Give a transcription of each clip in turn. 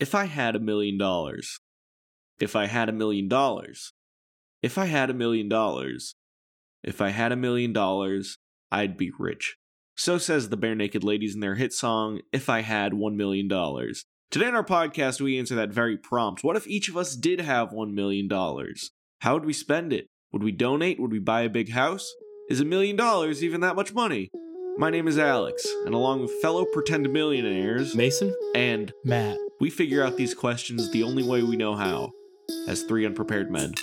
If I had a million dollars, if I had a million dollars, if I had a million dollars, if I had a million dollars, I'd be rich. So says the Bare Naked Ladies in their hit song, If I Had $1 Million. Today on our podcast, we answer that very prompt. What if each of us did have $1 million? How would we spend it? Would we donate? Would we buy a big house? Is a million dollars even that much money? My name is Alex, and along with fellow pretend millionaires Mason? and Matt. we figure out these questions the only way we know how, as three unprepared men.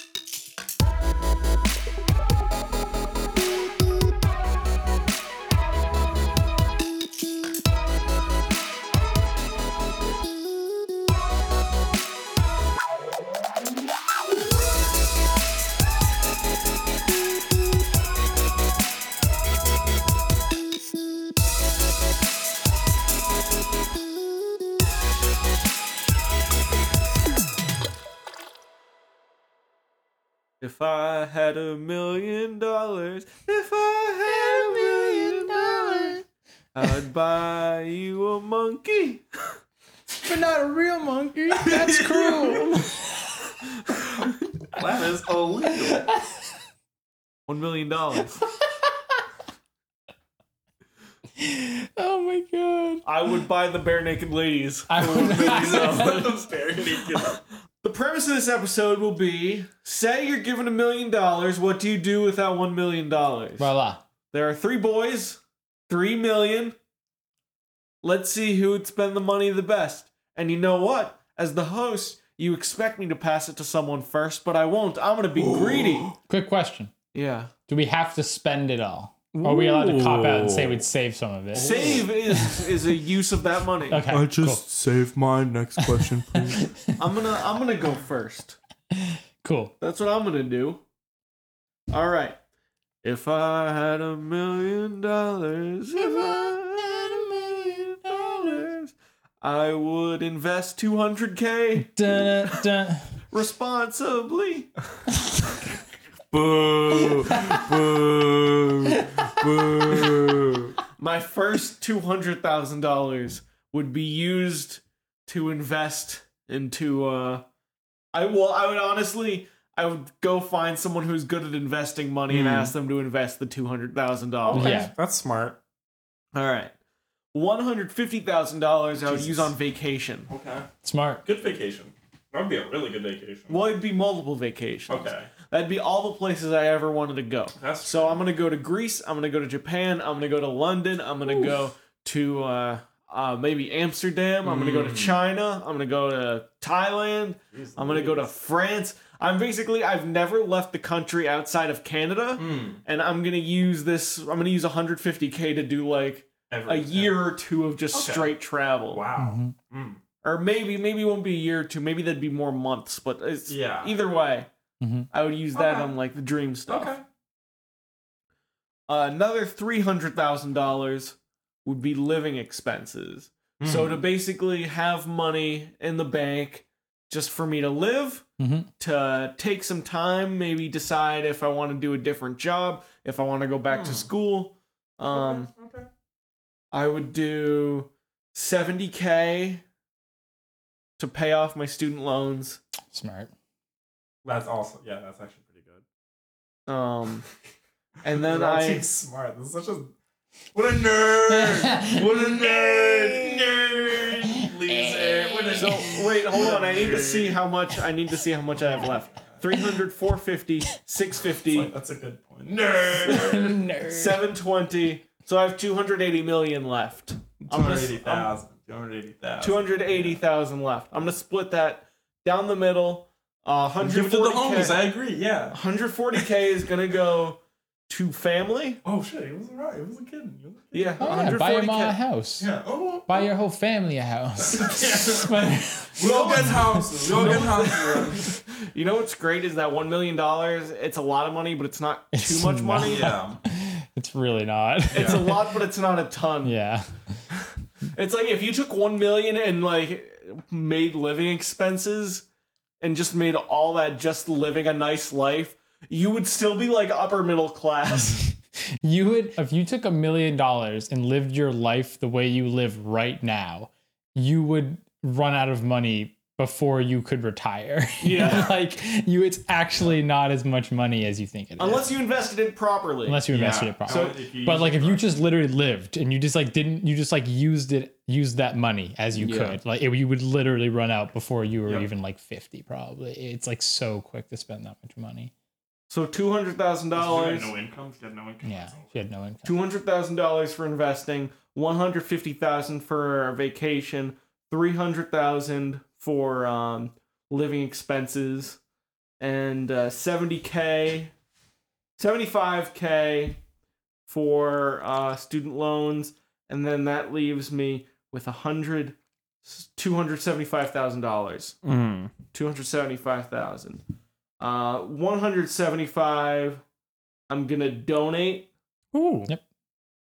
If I had a million dollars, if I had a million dollars, I'd buy you a monkey. But not a real monkey. That's cruel. That is illegal. One million dollars. oh my god. I would buy the bare naked ladies. I for would one million not. dollars. The premise of this episode will be say you're given a million dollars, what do you do with that one million dollars? Voila. There are three boys, three million. Let's see who would spend the money the best. And you know what? As the host, you expect me to pass it to someone first, but I won't. I'm gonna be greedy. Quick question. Yeah. Do we have to spend it all? Or are we allowed to cop out and say we'd save some of it? Save is is a use of that money. Okay. I just saved my next question, please. I'm gonna I'm gonna go first. cool. That's what I'm gonna do. All right. If I had a million dollars, if I had a million dollars, I would invest 200k Cool. Dun, dun. responsibly. boo! Boo! Boo! My first two hundred thousand dollars would be used to invest into. Uh, I will. I would honestly. I would go find someone who's good at investing money and Hmm. ask them to invest the two hundred thousand dollars. Yeah. That's smart. All right. One hundred fifty thousand dollars I would Jesus. use on vacation. Okay. Smart. Good vacation. That would be a really good vacation. Well, it'd be multiple vacations. Okay. That'd be all the places I ever wanted to go. That's So I'm gonna go to Greece. I'm gonna go to Japan. I'm gonna go to London. I'm gonna go to uh, uh, maybe Amsterdam. I'm gonna go to Mm. China. I'm gonna go to Thailand. Jeez I'm gonna go to France. I'm basically I've never left the country outside of Canada, Mm, and I'm gonna use this. I'm gonna use 150k to do like a every- year or two of just Okay. straight travel. Wow. Mhm. Mm. Or maybe maybe it won't be a year or two. Maybe that'd be more months. But it's, Yeah. either way, Mhm. I would use that Okay. on like the dream stuff. Mm-hmm. Okay. another three hundred thousand dollars would be living expenses. So Mm. Mm-hmm. to basically have money in the bank just for me to live, Mhm. to take some time, maybe decide if I want to do a different job, if I want to go back Hmm. to school. Um, Okay, okay. I would do seventy k to pay off my student loans. Smart. That's also yeah. That's actually pretty good. Um, and then You're all I too smart. This is such a what a nerd. what a nerd. Nerd. Loser. What a So wait, hold on. I need to see how much. I need to see how much I have left. 300, 450, It's 650, like, that's a good point. Nerd. Nerd. 720. So I have 280 million left. I'm gonna s- I'm- 280,000. 280,000. 280,000 left. I'm gonna split that down the middle. Uh, Give it to the 140K. homies. eh? I agree. Yeah. 140k is gonna go to family. Oh shit. He was right. He was a kid. He was a kid. Yeah, Oh, yeah. Buy your mom a 140k. house. Yeah. Oh. Buy your whole family a house. Smart. We all get houses. We all get houses. You know what's great is that one million dollars. It's a lot of money, but it's not too It's much not. bro. money. Yeah. It's really not. It's a lot, but it's not a ton. Yeah. It's like if you took one million and like made living expenses and just made all that just living a nice life, you would still be like upper middle class. You would, if you took a million dollars and lived your life the way you live right now, you would run out of money before you could retire. Yeah. like you, it's actually not as much money as you think it is. Unless you invested it properly. unless you invested it properly. So- But like if you just literally lived and you just like didn't you just like used it used that money as you Yeah. could like it, you would literally run out before you were Yep. even like 50 probably it's like so quick to spend that much money so two hundred thousand dollars. no income, she had no income. yeah That's all. she had no income Two hundred thousand dollars for investing, one hundred fifty thousand for a vacation, three hundred thousand for um, living expenses, and uh, seventy k, seventy five k for uh, student loans, and then that leaves me with a hundred. Two hundred seventy-five thousand dollars. Two hundred seventy-five thousand. Uh, one hundred seventy-five. I'm gonna donate Ooh. Yep.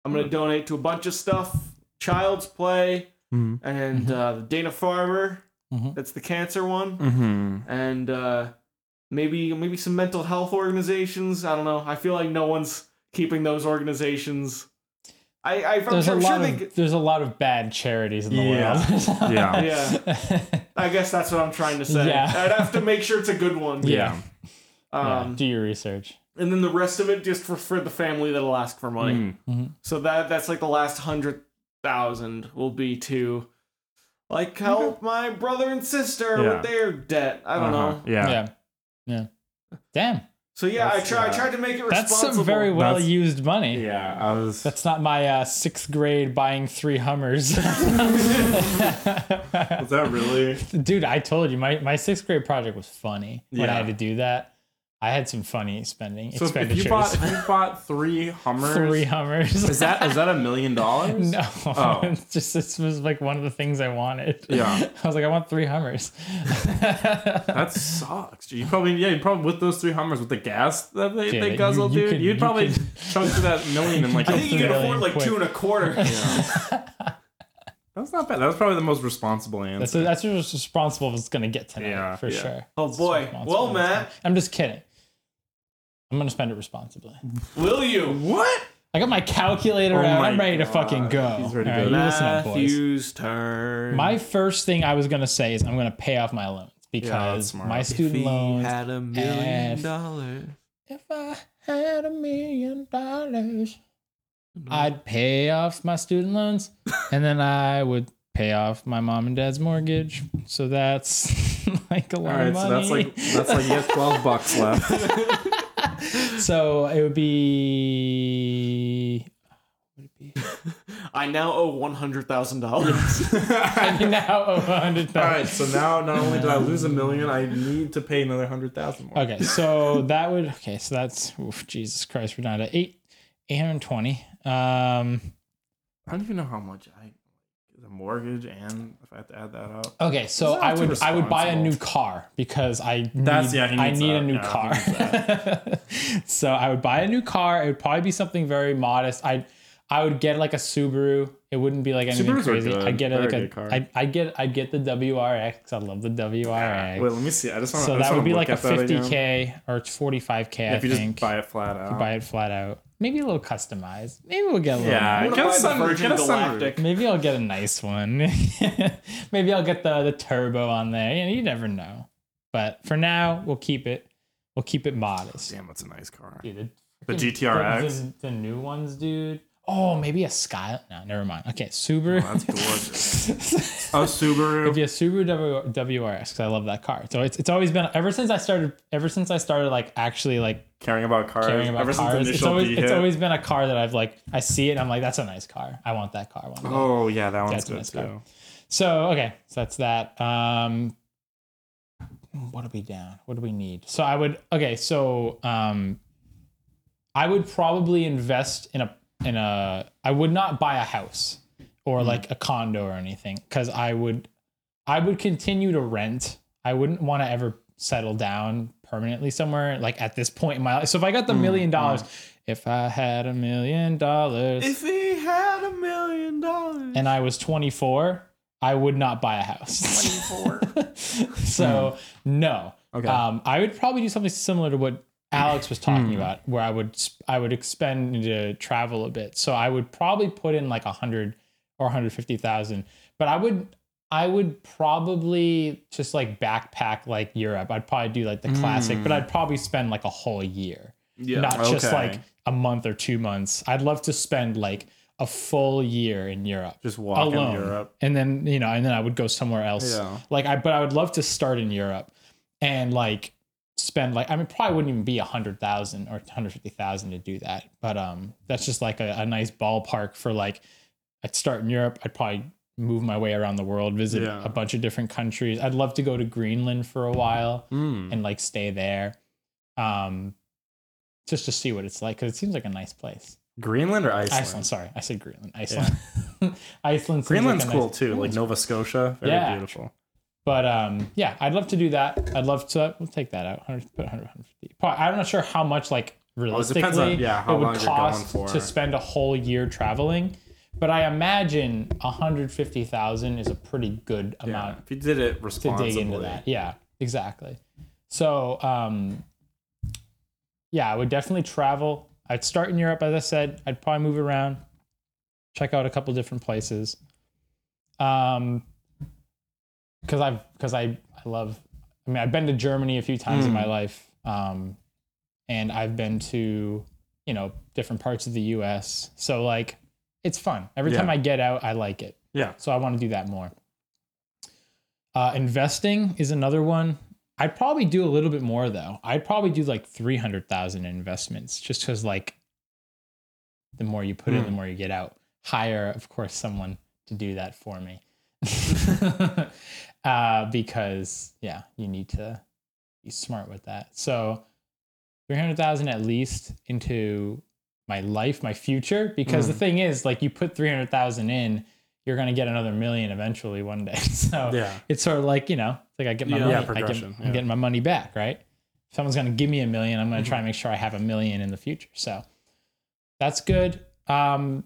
I'm gonna donate to a bunch of stuff: Child's Play Mm-hmm. and Mhm. uh, Dana Farber. Mhm. That's the cancer one, Mm-hmm. and uh, maybe maybe some mental health organizations. I don't know. I feel like no one's keeping those organizations. I, I I'm, there's a sure- I'm sure lot they. of g- there's a lot of bad charities in the Yeah. world Yeah. yeah I guess that's what I'm trying to say. Yeah. I'd have to make sure it's a good one. Yeah. Um, do your research And then the rest of it just for, for the family that'll ask for money. Mm. So that that's like the last hundred thousand will be to like help my brother and sister Yeah. with their debt. I don't Uh-huh. know. Yeah. yeah yeah damn So yeah, I That's, try I uh, tried to make it that's responsible. some very well That's- used money Yeah. I was. That's not my uh, sixth grade buying three Hummers. was that really? Dude, I told you my, my sixth grade project was funny when I Yeah. had to do that. I had some funny spending So if- if expenditures. you bought if you bought three Hummers, three Hummers. is that is that a million dollars? no, Oh. it's just this was like one of the things I wanted. Yeah. I was like, I want three Hummers. That sucks. dude. You probably yeah, you probably with those three Hummers with the gas that they, Dude, they you- guzzle, you dude, could- you'd you probably could- chunk to that million in like. I a- think you can Really afford like quick. two and a quarter. That's not bad. That was probably the most responsible answer. that's that's what's responsible if it's gonna get tonight Yeah, for yeah. sure. Oh boy. Well, Matt, I'm just kidding. I'm gonna spend it responsibly. will you? what? I got my calculator Oh out. my I'm ready to God. fucking go. He's ready to All go. right, you listen up, boys. Matthew's turn. My first thing I was gonna say is I'm gonna pay off my loans because smart. my If if student he loans. had a million and- dollars. if I had a million dollars, Mm-hmm. I'd pay off my student loans, and then I would pay off my mom and dad's mortgage. So that's like a All lot right, of money. so that's like that's like you have twelve bucks left. so it would be. I now owe one hundred thousand dollars. I now owe a hundred All thousand. right, so now not only did I lose a million, I need to pay another hundred thousand more. Okay, so that would okay, so that's oof, Jesus Christ, we're down to eight eight hundred and twenty. Um I don't even know how much I the mortgage and if I have to add that up. okay, so That's I not too would I would buy a new responsible. car because I need, That's- yeah, he I needs need that. a new Yeah, he car. needs so I would buy a new car. It would probably be something very modest. I I would get like a Subaru. It wouldn't be like anything Subarus are crazy. good. I get it They're a like good car. a I I get I get the WRX. I love the WRX. Wait, let me see. I just want so that would be like a 50k or it's 45k I If you think. just buy it flat out. buy it flat out. Maybe a little customized. Maybe we'll get a little. Yeah, I'm gonna get buy a the sunroof. Virgin Get a Galactic. sunroof. Maybe I'll get a nice one. Maybe I'll get the the turbo on there. You, know, you never know. But for now, we'll keep it. Well keep it modest. Damn, that's a nice car. Dude, The freaking- GTRX? The, the new ones, dude. Oh, maybe a Sky. No, never mind. Okay, Subaru. That's gorgeous. A Subaru. It'd be a Subaru w- WRX because I love that car. So it's, it's always been ever since I started. Ever since I started like actually like caring about cars. caring about Ever cars. since it's initial always D it's hit. always been a car that I've like I see it. and I'm like that's a nice car. I want that car one day. Oh yeah, that one's it's a good nice too. car. So okay, so that's that. Um, what do we down? What do we need? So I would okay. So um, I would probably invest in a in a. I would not buy a house or like a condo or anything because I would I would continue to rent. I wouldn't want to ever settle down permanently somewhere like at this point in my life. So if I got the million dollars, if I had a million dollars, if he had a million dollars. and I was 24, I would not buy a house. 24. so no. Hmm. Okay. Um, I would probably do something similar to what Alex was talking Hmm. about, where I would sp- I would expend into travel a bit. So I would probably put in like a hundred or 150,000, but I would I would probably just like backpack like Europe. I'd probably do like the classic, but Mm. I'd probably spend like a whole year, Yeah. not just okay. like a month or two months. I'd love to spend like a full year in Europe Just walk alone, in Europe. and then you know, and then I would go somewhere else. Yeah. Like I, but I would love to start in Europe and like spend like I mean, probably wouldn't even be a hundred thousand or hundred fifty thousand to do that. But um, that's just like a, a nice ballpark for like I'd start in Europe. I'd probably move my way around the world, visit Yeah. a bunch of different countries. I'd love to go to Greenland for a while Mm. and like stay there, um, just to see what it's like because it seems like a nice place. Greenland or Iceland? Iceland, sorry, I said Greenland. Iceland, Iceland. seems like a Greenland's nice- cool too, like Greenland's Nova Scotia. Very Yeah. beautiful. But um, yeah, I'd love to do that. I'd love to. We'll take that out. 100, put 100, 150. Probably, I'm not sure how much like Oh, it depends on, realistically yeah, how it would long you're going cost for. to spend a whole year traveling. But I imagine 150,000 is a pretty good Yeah. amount If you did to it responsibly. dig into that. Yeah, exactly. So um, yeah, I would definitely travel. I'd start in Europe, as I said. I'd probably move around, check out a couple different places. Um, because I've because I I love. I mean, I've been to Germany a few times in Mm. my life, um, and I've been to you know different parts of the U.S. So like, it's fun. Every Yeah. time I get out, I like it. Yeah. So I want to do that more. Uh, investing is another one. I'd probably do a little bit more though. I'd probably do like three hundred thousand investments, just because like the more you put in, Hmm. the more you get out. Hire, of course, someone to do that for me, uh, because yeah, you need to be smart with that. So three hundred thousand at least into my life, my future, because the Hmm. thing is, like, you put three hundred thousand in, you're gonna get another million eventually one day. So Yeah. it's sort of like you know, it's like I get my Yeah. money, Yeah, I get, progression, I'm yeah. Mm-hmm. getting my money back, right? If someone's gonna give me a million, I'm gonna try and make sure I have a million in the future. So that's good. Um,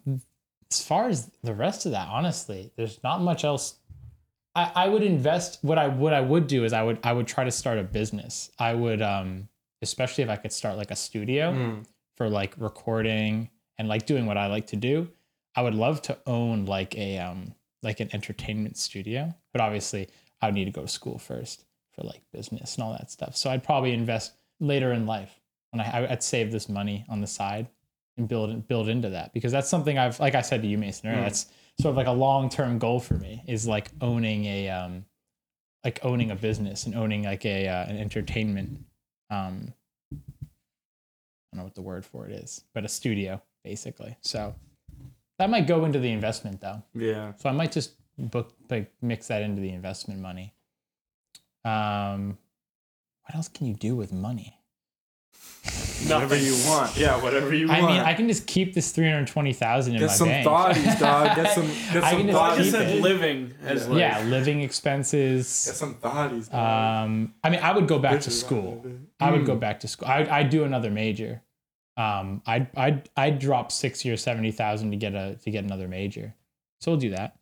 as far as the rest of that, honestly, there's not much else. I, I would invest. What I what I would do is I would I would try to start a business. I would, um, especially if I could start like a studio Mm. for like recording and like doing what I like to do. I would love to own like a um like an entertainment studio, but obviously I would need to go to school first for like business and all that stuff. So I'd probably invest later in life when I I'd save this money on the side and build build into that because that's something I've like I said to you Mason earlier, Mm. that's sort of like a long term goal for me is like owning a um like owning a business and owning like a uh, an entertainment um I don't know what the word for it is, but a studio basically. So that might go into the investment though. Yeah. So I might just book like mix that into the investment money. Um, what else can you do with money? Whatever you want. Yeah, whatever you I want. mean, I can just keep this three hundred twenty thousand in Get my some bank. thotties, dog. Get some- get I some can just thotties. I just keep said it. living as like. yeah, living Get expenses. some thotties. dog. Um, I mean, I would go back to Bitches, school. right? I would Hmm. go back to school. I I do another major. Um, I'd I'd I'd drop sixty or seventy thousand to get a to get another major. So we'll do that.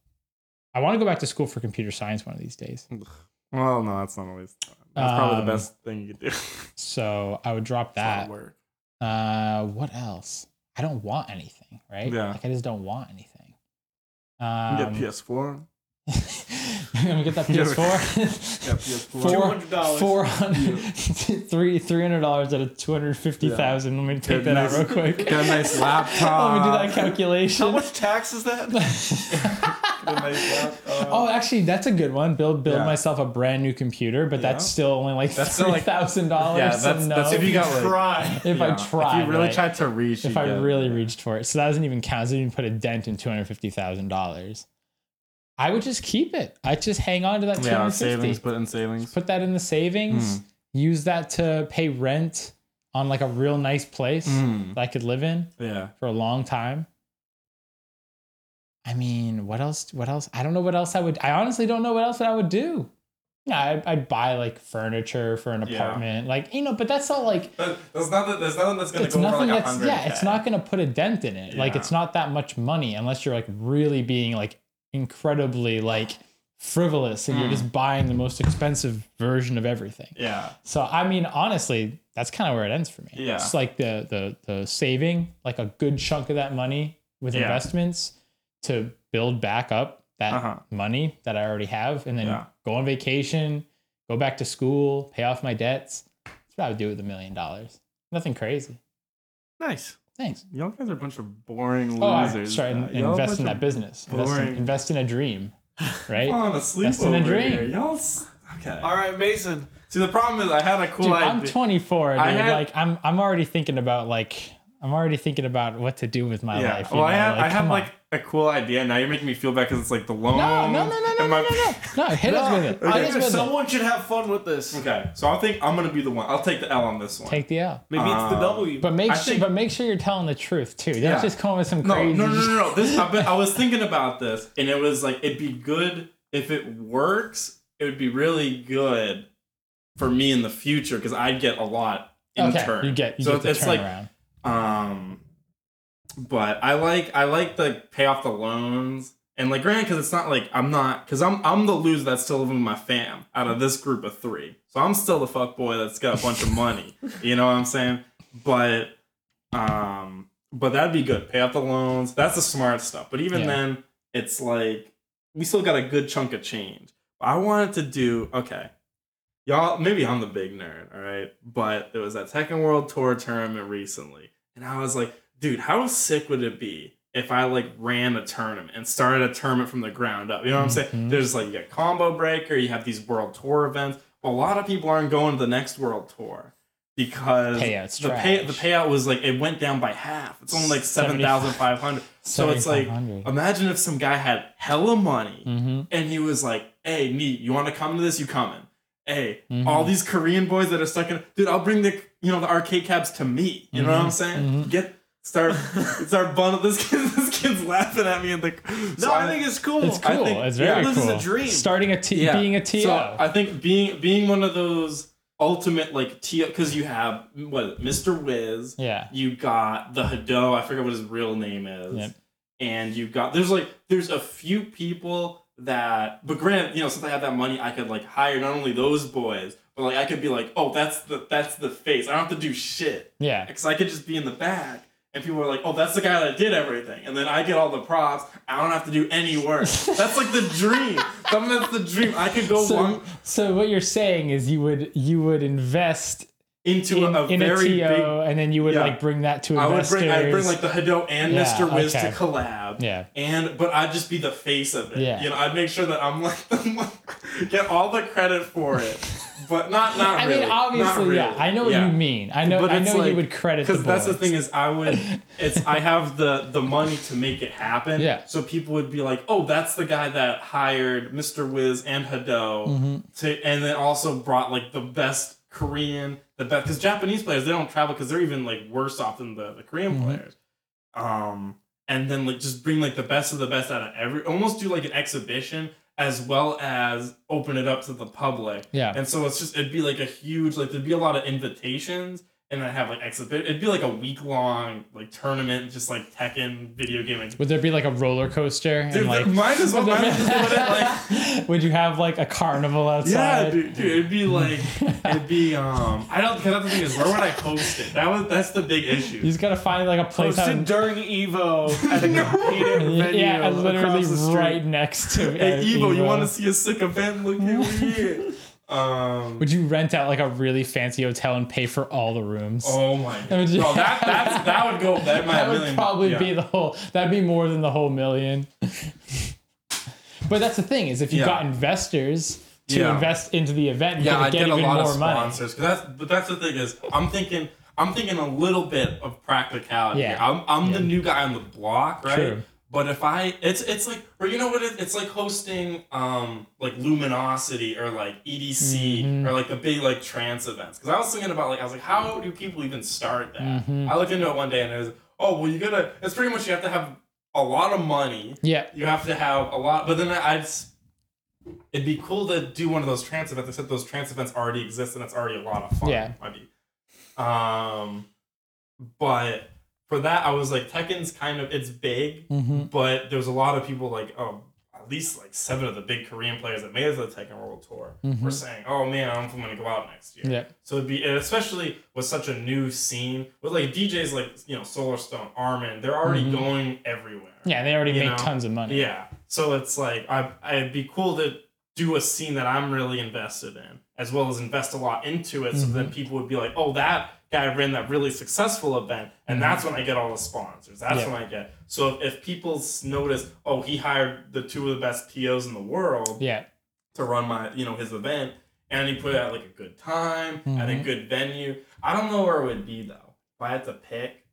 I want to go back to school for computer science one of these days. Hmm. Well, no, that's not always. That's probably Um, the best thing you could do. So I would drop that. work. Uh, what else? I don't want anything, right? Yeah. Like I just don't want anything. You Um, can get PS4. I'm gonna get that Yeah. PS4. Yeah, PS4. Four- $200. Four hundred, three three hundred dollars out of two hundred fifty thousand. Let me take Get a that out nice- real quick. Got a nice laptop. Let me do that calculation. How much tax is that? Get a nice laptop. Oh, actually, that's a good one. Build build Yeah. myself a brand new computer, but that's Yeah. still only like That's still three like- thousand dollars. Yeah, that's- no, that's if, if you got like- Try. I Yeah. tried, If you really right? tried to reach. if you I get- really reached for it, so that doesn't even count. Doesn't even put a dent in two hundred fifty thousand dollars. I would just keep it. I would just hang on to that two Yeah, hundred fifty. savings, Hmm. put in savings. Put that in the savings. Use that to pay rent on like a real nice place Mm, that I could live in yeah. for a long time. I mean, what else? What else? I don't know what else I would. I honestly don't know what else I would do. Yeah, I'd, I'd buy like furniture for an Yeah. apartment, like you know. But that's all like That, that's not that's nothing that's gonna it's go nothing over like a that's hundred. yeah. It's not gonna put a dent in it. Like Yeah. it's not that much money unless you're like really being like incredibly like frivolous and Hmm. you're Mm. just buying the most expensive version of everything. Yeah. So I mean, honestly, that's kind of where it ends for me. Yeah. It's like the the the saving, like a good chunk of that money with Yeah. investments to build back up that Uh-huh. money that I already have and then Yeah. go on vacation, go back to school, pay off my debts. That's what I would do with a million dollars. Nothing crazy. Nice. Thanks. Y'all guys are a bunch of boring Oh, I- losers. sorry. Uh, And, and y'all a invest in bunch that of- business. Invest in, boring- invest in a dream, right? on a sleep That's in a dream. Y'all. s- Okay. All right, Mason. See, the problem is I had a cool Dude, idea. I'm 24. Dude. I had- like I'm, I'm already thinking about like, I'm already thinking about what to do with my yeah. life. you well, I know, had I come had on. like a cool idea. Now you're making me feel bad because it's like the loan. no, no, no, no, no, and no, my- no, no, no. Hit us with I it. Hit us think with it. someone should have fun with this. Okay, so I think I'm gonna be the one. I'll take the L on this one. Take the L. Maybe it's Uh, the W. But make I sure, think- but make sure you're telling the truth too. Don't Yeah. just come with some no, crazy. no, no, no, no. This I, bet- I was thinking about this, and it was like it'd be good if it works. It would be really good for me in the future because I'd get a lot in okay, turn. you get you so get the it's like turnaround. Um, but I like I like the pay off the loans and like granted because it's not like I'm not because I'm I'm the loser that's still living with my fam out of this group of three, so I'm still the fuck boy that's got a bunch of money. You know what I'm saying? But um, but that'd be good. Pay off the loans. That's the smart stuff. But even Yeah. then, it's like we still got a good chunk of change. I wanted to do okay. Y'all, maybe I'm the big nerd, all right? But there was that Tekken World Tour tournament recently, and I was like, dude, how sick would it be if I like ran a tournament and started a tournament from the ground up? You know what I'm saying? Mhm. There's like you got Combo Breaker, you have these World Tour events. A lot of people aren't going to the next World Tour because Payout's the pay the trash. payout was like it went down by half. It's only like seven thousand five hundred. So it's like 7,500. imagine if some guy had hella money Mm-hmm. and he was like, "Hey, me, you want to come to this? You coming? Hey, Mhm. all these Korean boys that are stuck in, dude, I'll bring the you know the arcade cabs to me. You know what I'm Mhm. saying? Mhm. Get start start bundle. This kid, this kid's laughing at me and like, no, I think it's cool. It's I cool. think- it's yeah, very this cool. is a dream. Starting a T, Yeah. being a TO. So I think being being one of those ultimate like T because you have what Mr. Wiz, yeah. you got the Hado, I forget what his real name is. Yep. And you got there's like there's a few people that but granted, you know, since I have that money, I could like hire not only those boys, but like I could be like, oh that's the that's the face. I don't have to do shit. Yeah. Cause I could just be in the back and people are like, oh that's the guy that did everything. And then I get all the props. I don't have to do any work. that's like the dream. Some that's the dream. I could go So, one so what you're saying is you would you would invest into in, a, a in a very TO big and then you would Yeah. like bring that to I would investors. bring I'd bring like the Hado and Yeah, Mr. Wiz okay. to collab. yeah. and but I'd just be the face of it. Yeah. You know, I'd make sure that I'm like, I'm like- get all the credit for it, but not not I really. mean, Not obviously, yeah. really. I know what Yeah. you mean. I know. But I it's know like- you would credit the Because that's the boards. thing is, I would. It's I have the the money to make it happen. Yeah. So people would be like, "Oh, that's the guy that hired Mr. Wiz and Hado Mm-hmm. to, and then also brought like the best Korean, the best because Japanese players they don't travel because they're even like worse off than the the Korean Mhm. players. Um, and then like just bring like the best of the best out of every. Almost do like an exhibition as well as open it up to the public. Yeah. And so it's just it'd be like a huge like there'd be a lot of invitations and then have like exhibit it'd be like a week long like tournament just like Tekken video gaming. Would there be like a roller coaster Dude, and like? might as well might as well put it like would you have like a carnival outside? yeah, dude, dude, it'd be like it'd be um I don't because that's the thing is where would I post it? That was that's the big You issue. just gotta find Oh, like a place out. Posted during Evo at a competing venue Yeah, and literally across the street. right next to. Hey uh, Evo, you want to see a sick event? Look at here. Um, Would you rent out like a really fancy hotel and pay for all the rooms? oh my Would god, you- no, that that's, that would go that might that would probably be the whole. That'd be more than the whole million. but that's the thing is, if you Yeah. got investors to Yeah. invest into the event, you yeah, could I get, get a even lot more of money. sponsors. 'cause that's but that's the thing is, I'm thinking, I'm thinking a little bit of practicality. Yeah. here. I'm I'm the new guy on the block, right? True. But if I, it's it's like, or you know what? It, it's like hosting, um, like luminosity or like EDC Mm-hmm. or like the big like trance events. Because I was thinking about like I was like, how do people even start that? Mm-hmm. I looked into it one day and it was, oh well, you gotta. It's pretty much you have to have a lot of money. Yeah, You have to have a lot, but then I'd. s- It'd be cool to do one of those trans events, except those trans events already exist and it's already a lot of fun. Yeah. I mean, um, but for that, I was like, Tekken's kind of it's big, but there's a lot of people like, um, at least like seven of the big Korean players that made it to the Tekken World Tour were saying, "Oh man, I don't know if I'm gonna go out next year." Mm-hmm. yeah, So it'd be, and especially with such a new scene, with like DJs like you know Solar Stone, Armin, they're already going everywhere. Mm-hmm. yeah. They already You make know? tons of money. Yeah. So it's like I it'd be cool to do a scene that I'm really invested in, as well as invest a lot into it, so Mm-hmm. then people would be like, "Oh, that guy ran that really successful event," and that's when I get all the sponsors. That's Mm-hmm. Yeah. when I get. So if, if people s- notice, "Oh, he hired the two of the best POs in the world," Yeah. to run my you know his event and he put it at like a good time at a Mhm. good venue i don't know where it would be though if i had to pick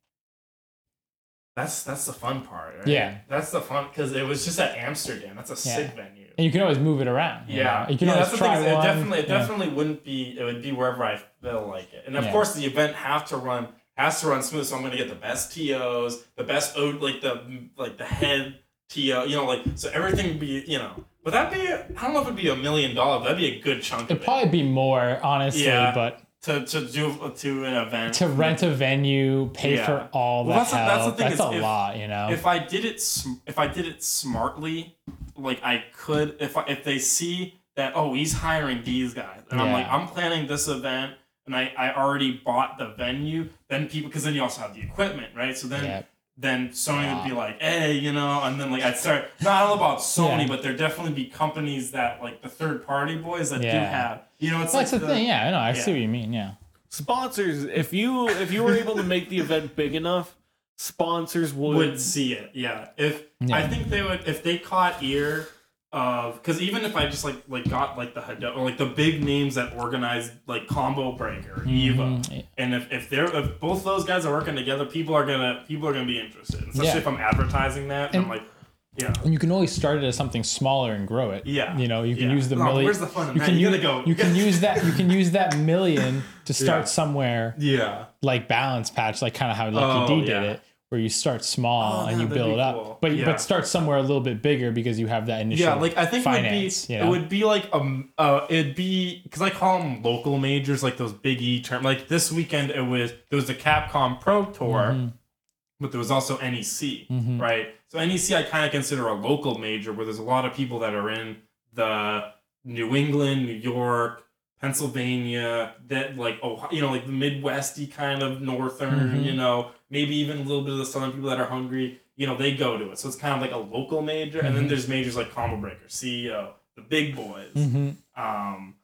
that's that's the fun part right? Yeah. that's the fun because it was just at amsterdam that's a Yeah. sick venue And you can always move it around. you yeah, know? You can yeah, always that's the try thing, is It one. definitely, it Yeah. definitely wouldn't be. It would be wherever I feel like it, and of Yeah. course the event have to run has to run smooth. So I'm going to get the best tos, the best o like the like the head to you know like so everything would be you know. But that'd be I don't know if it'd be a million dollars. That'd be a good chunk of It'd probably be more, honestly, Yeah. but it to to do to an event to rent a venue, pay Yeah. for all Well, the that's the- that's the help, thing that's, is a if- lot, you know? if I did it sm- if I did it smartly, like I could if I, if they see that oh he's hiring these guys and I'm like Yeah. I'm planning this event and I, I already bought the venue then people because then you also have the equipment right so then yeah. then Sony would be like hey you know and then like I'd start not all about Sony Yeah. but there'd definitely be companies that like the third party boys that do Yeah. have you know it's That's like the thing. Yeah, I know. I see yeah. what you mean. Yeah. Sponsors, if you if you were able to make the event big enough, sponsors would, would see it. Yeah. If I Yeah. think they would, if they caught ear of, because even if I just like like got like the Hado- or like the big names that organize like Combo Breaker, Eva, Mhm. and if if they're if both those guys are working together, people are gonna people are gonna be interested, especially Yeah. if I'm advertising that. And, I'm And- like, yeah. And you can always start it as something smaller and grow it. Yeah. You know, you can Yeah. use the No, million. where's the fun in you that? Can You use, gotta go- You can use that. You can use that million to start Yeah. somewhere Yeah. like balance patch, like kind of how Lucky D Oh, did yeah. it, where you start small Oh, and yeah, you that'd be build up, cool. but Yeah. but start somewhere a little bit bigger because you have that initial. Yeah, like I think finance, it would be you it know? would be like um uh it'd be because I call them local majors like those Big E term like this weekend it was there was the Capcom Pro Tour, Mm-hmm. but there was also NEC right so NEC I kind of consider a local major where there's a lot of people that are in the New England New York Pennsylvania that like oh you know like the Midwesty kind of northern Mhm. you know maybe even a little bit of the southern people that are hungry you know they go to it so it's kind of like a local major and then Mhm. there's majors like combo breaker ceo the big boys Mhm. um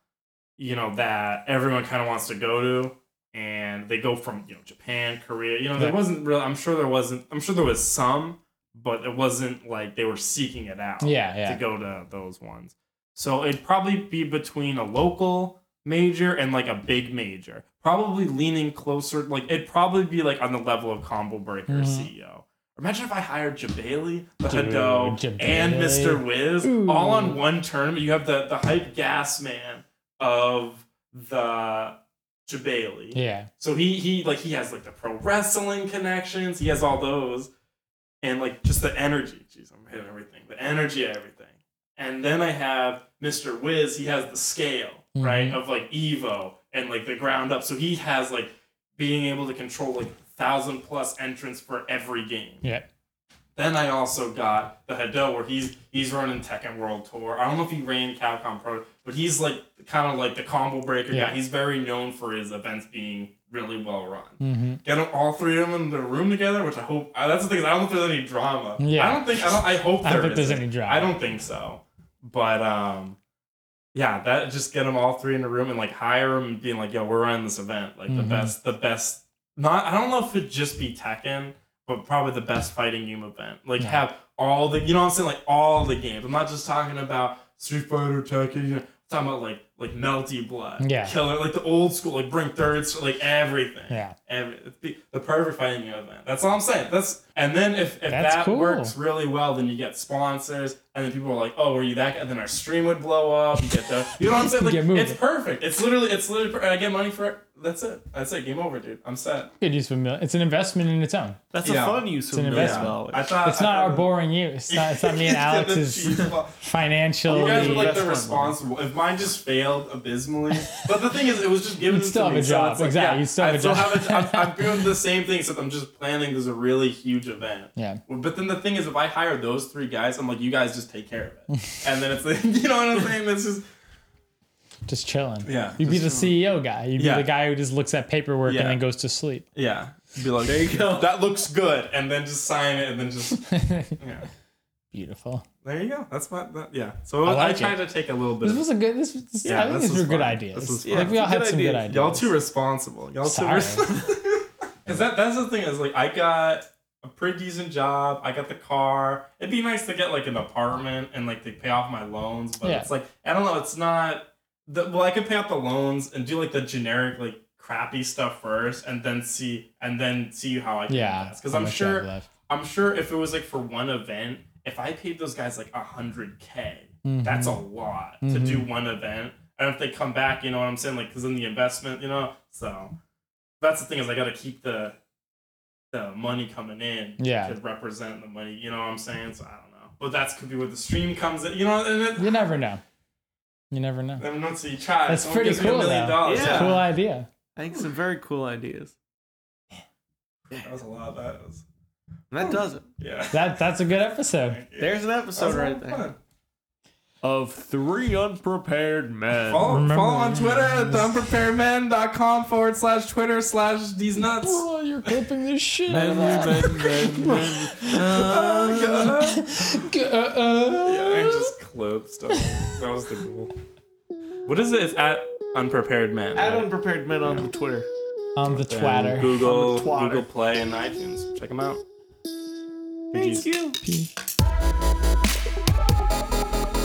you know that everyone kind of wants to go to and they go from you know japan korea you know there Yeah. wasn't really i'm sure there wasn't i'm sure there was some but it wasn't like they were seeking it out Yeah, yeah. to go to those ones so it'd probably be between a local major and like a big major probably leaning closer like it'd probably be like on the level of combo breaker Mhm. ceo Imagine if I hired Jabali, the Dude, Hado, and Jabali. Mr. Wiz Ooh. all on one tournament. You have the the hype gas man of the Jabali. Yeah. So he he like he has like the pro wrestling connections. He has all those, and like just the energy. Jeez, I'm hitting everything. The energy, of everything. And then I have Mr. Wiz. He has the scale Mhm. right of like Evo and like the ground up. So he has like being able to control like thousand plus entrants for every game. Yeah. Then I also got the Hado where he's he's running Tekken World Tour. I don't know if he ran Capcom Pro, but he's like kind of like the combo breaker Yeah. guy. He's very known for his events being really well run. Mhm. Get 'em- all three of them in the room together, which I hope uh, that's the thing. is I don't know if there's any drama. Yeah. I don't think I don't. I hope I don't there think there's isn't. any drama. I don't think so. But um, yeah, that just get them all three in a room and like hire them, being like, "Yo, we're running this event. Like the Mhm. best, the best." Not I don't know if it'd just be Tekken, but probably the best fighting game event. Like Yeah. have all the you know what I'm saying, like all the games. I'm not just talking about Street Fighter, Tekken. You know, I'm talking about like like Melty Blood, Yeah. Killer, like the old school, like Bring Thirds, like everything. Yeah. Every, it'd be the perfect fighting game event. That's all I'm saying. That's and then if, if That's that cool. works really well, then you get sponsors, and then people are like, "Oh, were you that?" guy? And then our stream would blow up. You get the, you know what I'm saying? Like, Get moving. it's perfect. It's literally, it's literally, per- I get money for it. That's it. That's it. Game over, dude. I'm set. Good use of a million. It's an investment in its own. That's Yeah. a fun use of an million investment. dollars. I thought It's not I thought- our boring use. It's not, it's not me and Yeah, Alex's the cheap one. financial. You guys were like That's the fun. responsible. If mine just failed abysmally, but the thing is, it was just given You'd still to have me, a so job. it's like, Exactly, yeah, you'd still have I a still job. have a job. I'm, I'm doing the same thing, except I'm just planning. There's a really huge event. Yeah. But then the thing is, if I hire those three guys, I'm like, you guys just take care of it, and then it's like, you know what I'm saying? It's just Just chilling. Yeah, You'd be the just CEO guy. You'd Yeah. be the guy who just looks at paperwork Yeah. and then goes to sleep. yeah. Be like, there you go. That looks good, and then just sign it, and then just yeah. Beautiful. There you go. That's my that, yeah. So I I, like tried to take a little bit. This of- was a good. This, this Yeah, I think this these were was good fun. ideas. This was like fun. we all Good had some good ideas. ideas. Y'all too responsible. Y'all Sorry. too. Because that that's the thing is like I got a pretty decent job. I got the car. It'd be nice to get like an apartment and like to pay off my loans, but Yeah. it's like I don't know. It's not. The, well, I could pay off the loans and do like the generic like crappy stuff first, and then see and then see how I can Yeah, Because how I'm much you have sure left. I'm sure if it was like for one event, if I paid those guys like a hundred k, Mm-hmm. that's a lot to do one event. And if they come back, you know what I'm saying, like because in the investment, you know. So that's the thing is I got to keep the the money coming in Yeah. to represent the money. You know what I'm saying? So I don't know, but that's could be where the stream comes in. You know, and You it, never know. You never know. I mean, once you try, That's someone pretty gives me a cool, million though. dollars. Yeah. Cool idea. I think some very cool ideas. that was a lot. That was And that does it. yeah. That that's a good episode. There's an That was episode a lot right of there. fun. Of three unprepared men. Follow, Remember- follow on Twitter at theunpreparedmen.com forward slash Twitter slash these nuts. Oh, you're clipping this shit. Oh, God. Uh, I'm just clip stuff. That was the goal. What is it? It's at unprepared men. Add right? unprepared men on Twitter. on the And twatter. Google, On the twatter. Google Play and iTunes. Check them out. Thank you.